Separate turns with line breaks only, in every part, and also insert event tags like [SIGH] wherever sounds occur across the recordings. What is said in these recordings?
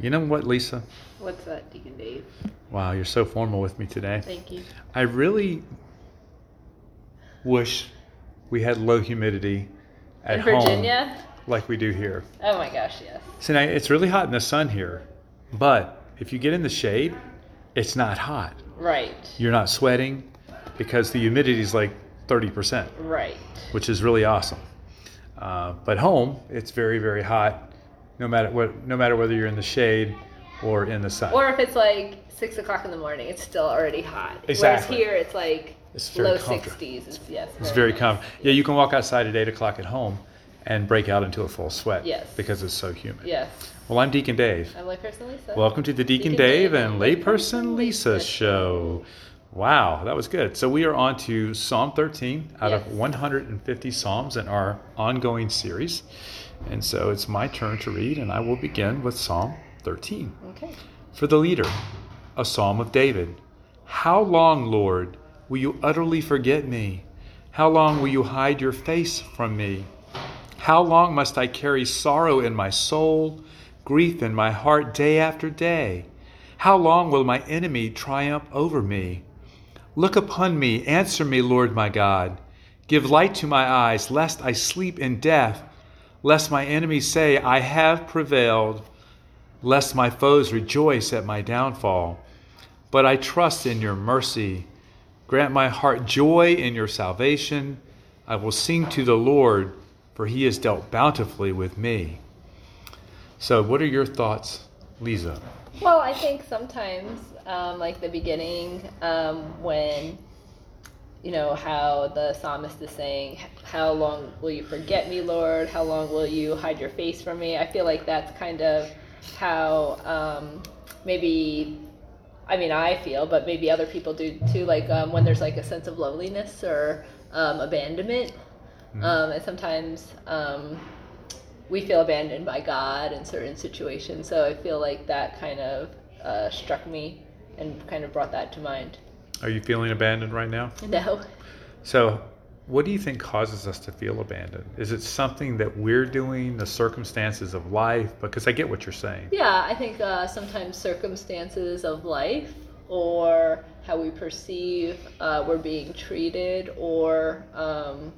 You know what, Lisa?
What's that, Deacon Dave?
Wow, you're so formal with me today.
Thank you.
I really wish we had low humidity at
In
home
Virginia?
like we do here.
Oh my gosh, yes.
See, now, it's really hot in the sun here, but if you get in the shade, it's not hot.
Right.
You're not sweating because the humidity is like 30%,
Right.
which is really awesome. Uh, but home, it's very, very hot, no matter what, no matter whether you're in the shade or in the sun.
Or if it's like six o'clock in the morning, it's still already hot.
Exactly.
Whereas here, it's like
It's very
low
comfortable.
sixties. It's, yes.
It's very
nice.
common. Yeah, you can walk outside at eight o'clock at home and break out into a full sweat.
Yes.
Because it's so humid.
Yes.
Well, I'm Deacon Dave.
I'm layperson Lisa.
Welcome to the Deacon,
Deacon
Dave,
Dave
and
and
Layperson
Layperson
Lisa
Lisa
show. Wow, that was good. So we are on to Psalm 13 out of
Yes.
150 Psalms in our ongoing series. And so it's my turn to read, and I will begin with Psalm 13.
Okay.
For the leader, a psalm of David. How long, Lord, will you utterly forget me? How long will you hide your face from me? How long must I carry sorrow in my soul, grief in my heart day after day? How long will my enemy triumph over me? Look upon me, answer me, Lord my God. Give light to my eyes, lest I sleep in death, lest my enemies say, I have prevailed lest my foes rejoice at my downfall. But I trust in your mercy. Grant my heart joy in your salvation. I will sing to the Lord, for he has dealt bountifully with me. So, what are your thoughts, Lisa?
Well, I think sometimes, um, like the beginning, um, when you know how the psalmist is saying, "How long will you forget me, Lord? How long will you hide your face from me?" I feel like that's kind of how um, maybe. I mean, I feel, but maybe other people do too. Like um, when there's like a sense of loneliness or um, abandonment, um, and sometimes um, we feel abandoned by God in certain situations. So I feel like that kind of uh, struck me and kind of brought that to mind.
Are you feeling abandoned right now?
No,
So, what do you think causes us to feel abandoned? Is it something that we're doing, the circumstances of life? Because I get what you're saying.
[LAUGHS] yeah, I think uh, sometimes circumstances of life or how we perceive uh, we're being treated or um,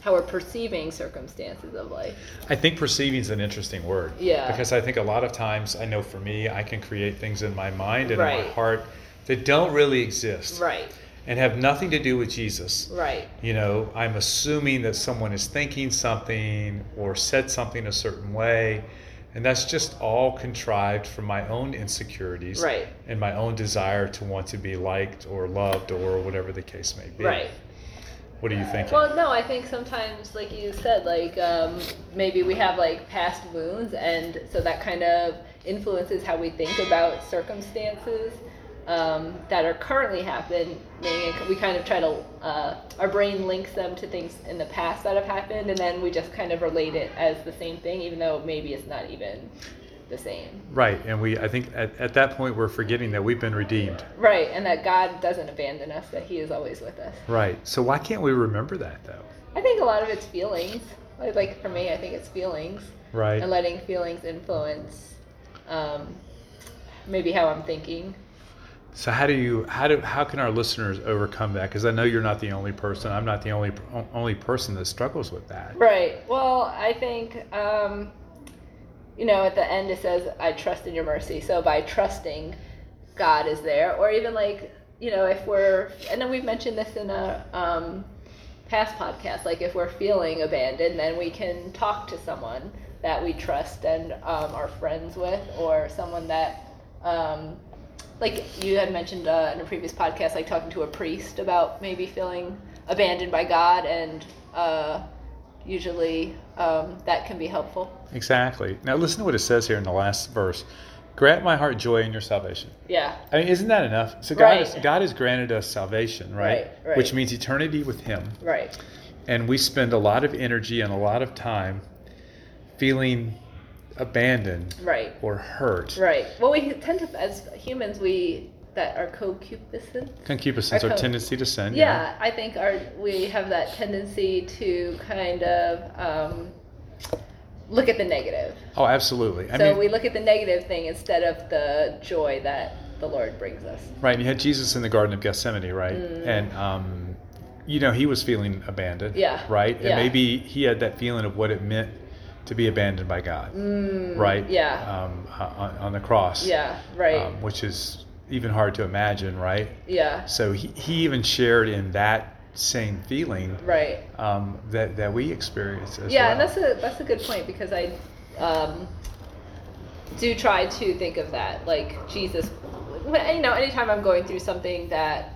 how we're perceiving circumstances of life.
I think perceiving is an interesting word.
Yeah.
Because I think a lot of times, I know for me, I can create things in my mind and in my
Right.
heart that don't really exist
Right,
and have nothing to do with Jesus.
right,
You know, I'm assuming that someone is thinking something or said something a certain way. And that's just all contrived from my own insecurities
Right.
and my own desire to want to be liked or loved or whatever the case may be.
right.
What are you thinking?
Well, no, I think sometimes, like you said, like um, maybe we have like past wounds, and so that kind of influences how we think about circumstances um, that are currently happening. And we kind of try to, uh, our brain links them to things in the past that have happened, and then we just kind of relate it as the same thing, even though maybe it's not even the same.
right. And we, I think at, at that point, we're forgetting that we've been redeemed.
Right, and that God doesn't abandon us, that He is always with us.
Right. So why can't we remember that though?
I think a lot of it's feelings. Like- Like for me, I think it's feelings.
Right.
and letting feelings influence um, maybe how I'm thinking.
so how do you how do how can our listeners overcome that? Because I know you're not the only person. I'm not the only only person that struggles with that.
Right. Well, I think, um, you know, at the end it says, I trust in your mercy. So by trusting, God is there. Or even like, you know, if we're, and then we've mentioned this in a um, past podcast, like if we're feeling abandoned, then we can talk to someone that we trust and um, are friends with, or someone that, um, like you had mentioned uh, in a previous podcast, like talking to a priest about maybe feeling abandoned by God and, uh, usually um, that can be helpful.
Exactly. Now listen to what it says here in the last verse. Grant my heart joy in your salvation.
Yeah,
I mean, isn't that enough? So God, is,
Right.
God has granted us salvation, right?
Right, right.
Which means eternity with Him,
right,
and we spend a lot of energy and a lot of time feeling abandoned
right,
or hurt.
right. Well, we tend to, as humans, we that are concupiscent.
Concupiscence,
Our
our
co-
tendency to sin.
Yeah, I think our we have that tendency to kind of um, look at the negative.
Oh, absolutely. I
so
mean,
we look at the negative thing instead of the joy that the Lord brings us.
right. and You had Jesus in the Garden of Gethsemane, right?
Mm.
And, um, you know, he was feeling abandoned.
Yeah.
Right? And
Yeah.
maybe he had that feeling of what it meant to be abandoned by God, right?
Mm, yeah.
Um, on, on the cross.
Yeah, right.
Um, which is even hard to imagine, right?
yeah,
So he, he even shared in that same feeling
right.
um, that, that we experience as
yeah,
well.
and that's a that's a good point because I um, do try to think of that, like Jesus. You know, anytime I'm going through something that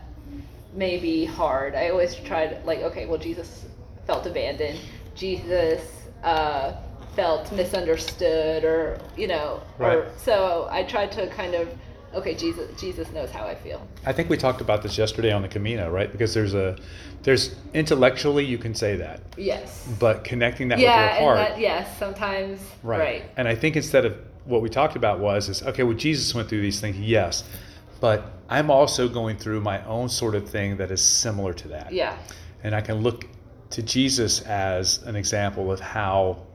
may be hard, I always try to like, okay, well, Jesus felt abandoned. Jesus uh, felt misunderstood, or you know,
Right.
or, so I try to kind of, okay, Jesus, Jesus knows how I feel.
I think we talked about this yesterday on the Camino, right? Because there's a there's intellectually you can say that,
Yes.
but connecting that
yeah,
with your heart,
and that, yes, sometimes.
right.
Right.
And I think instead of what we talked about was is okay, well Jesus went through these things, yes, but I'm also going through my own sort of thing that is similar to that.
Yeah.
And I can look to Jesus as an example of how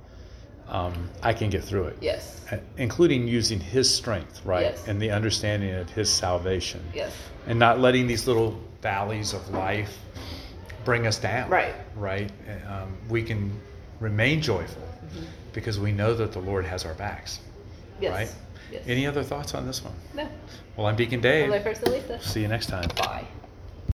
um, I can get through it. Uh,
Yes.
Including using his strength, right?
Yes.
And the understanding of his salvation.
Yes.
and not letting these little valleys of life bring us down.
Right.
Right. Um, we can remain joyful
Mm-hmm.
because we know that the Lord has our backs.
Yes.
Right?
Yes.
Any other thoughts on this one?
no.
Well, I'm Deacon
I'm
Dave.
Life First Elisa.
See you next time.
Bye.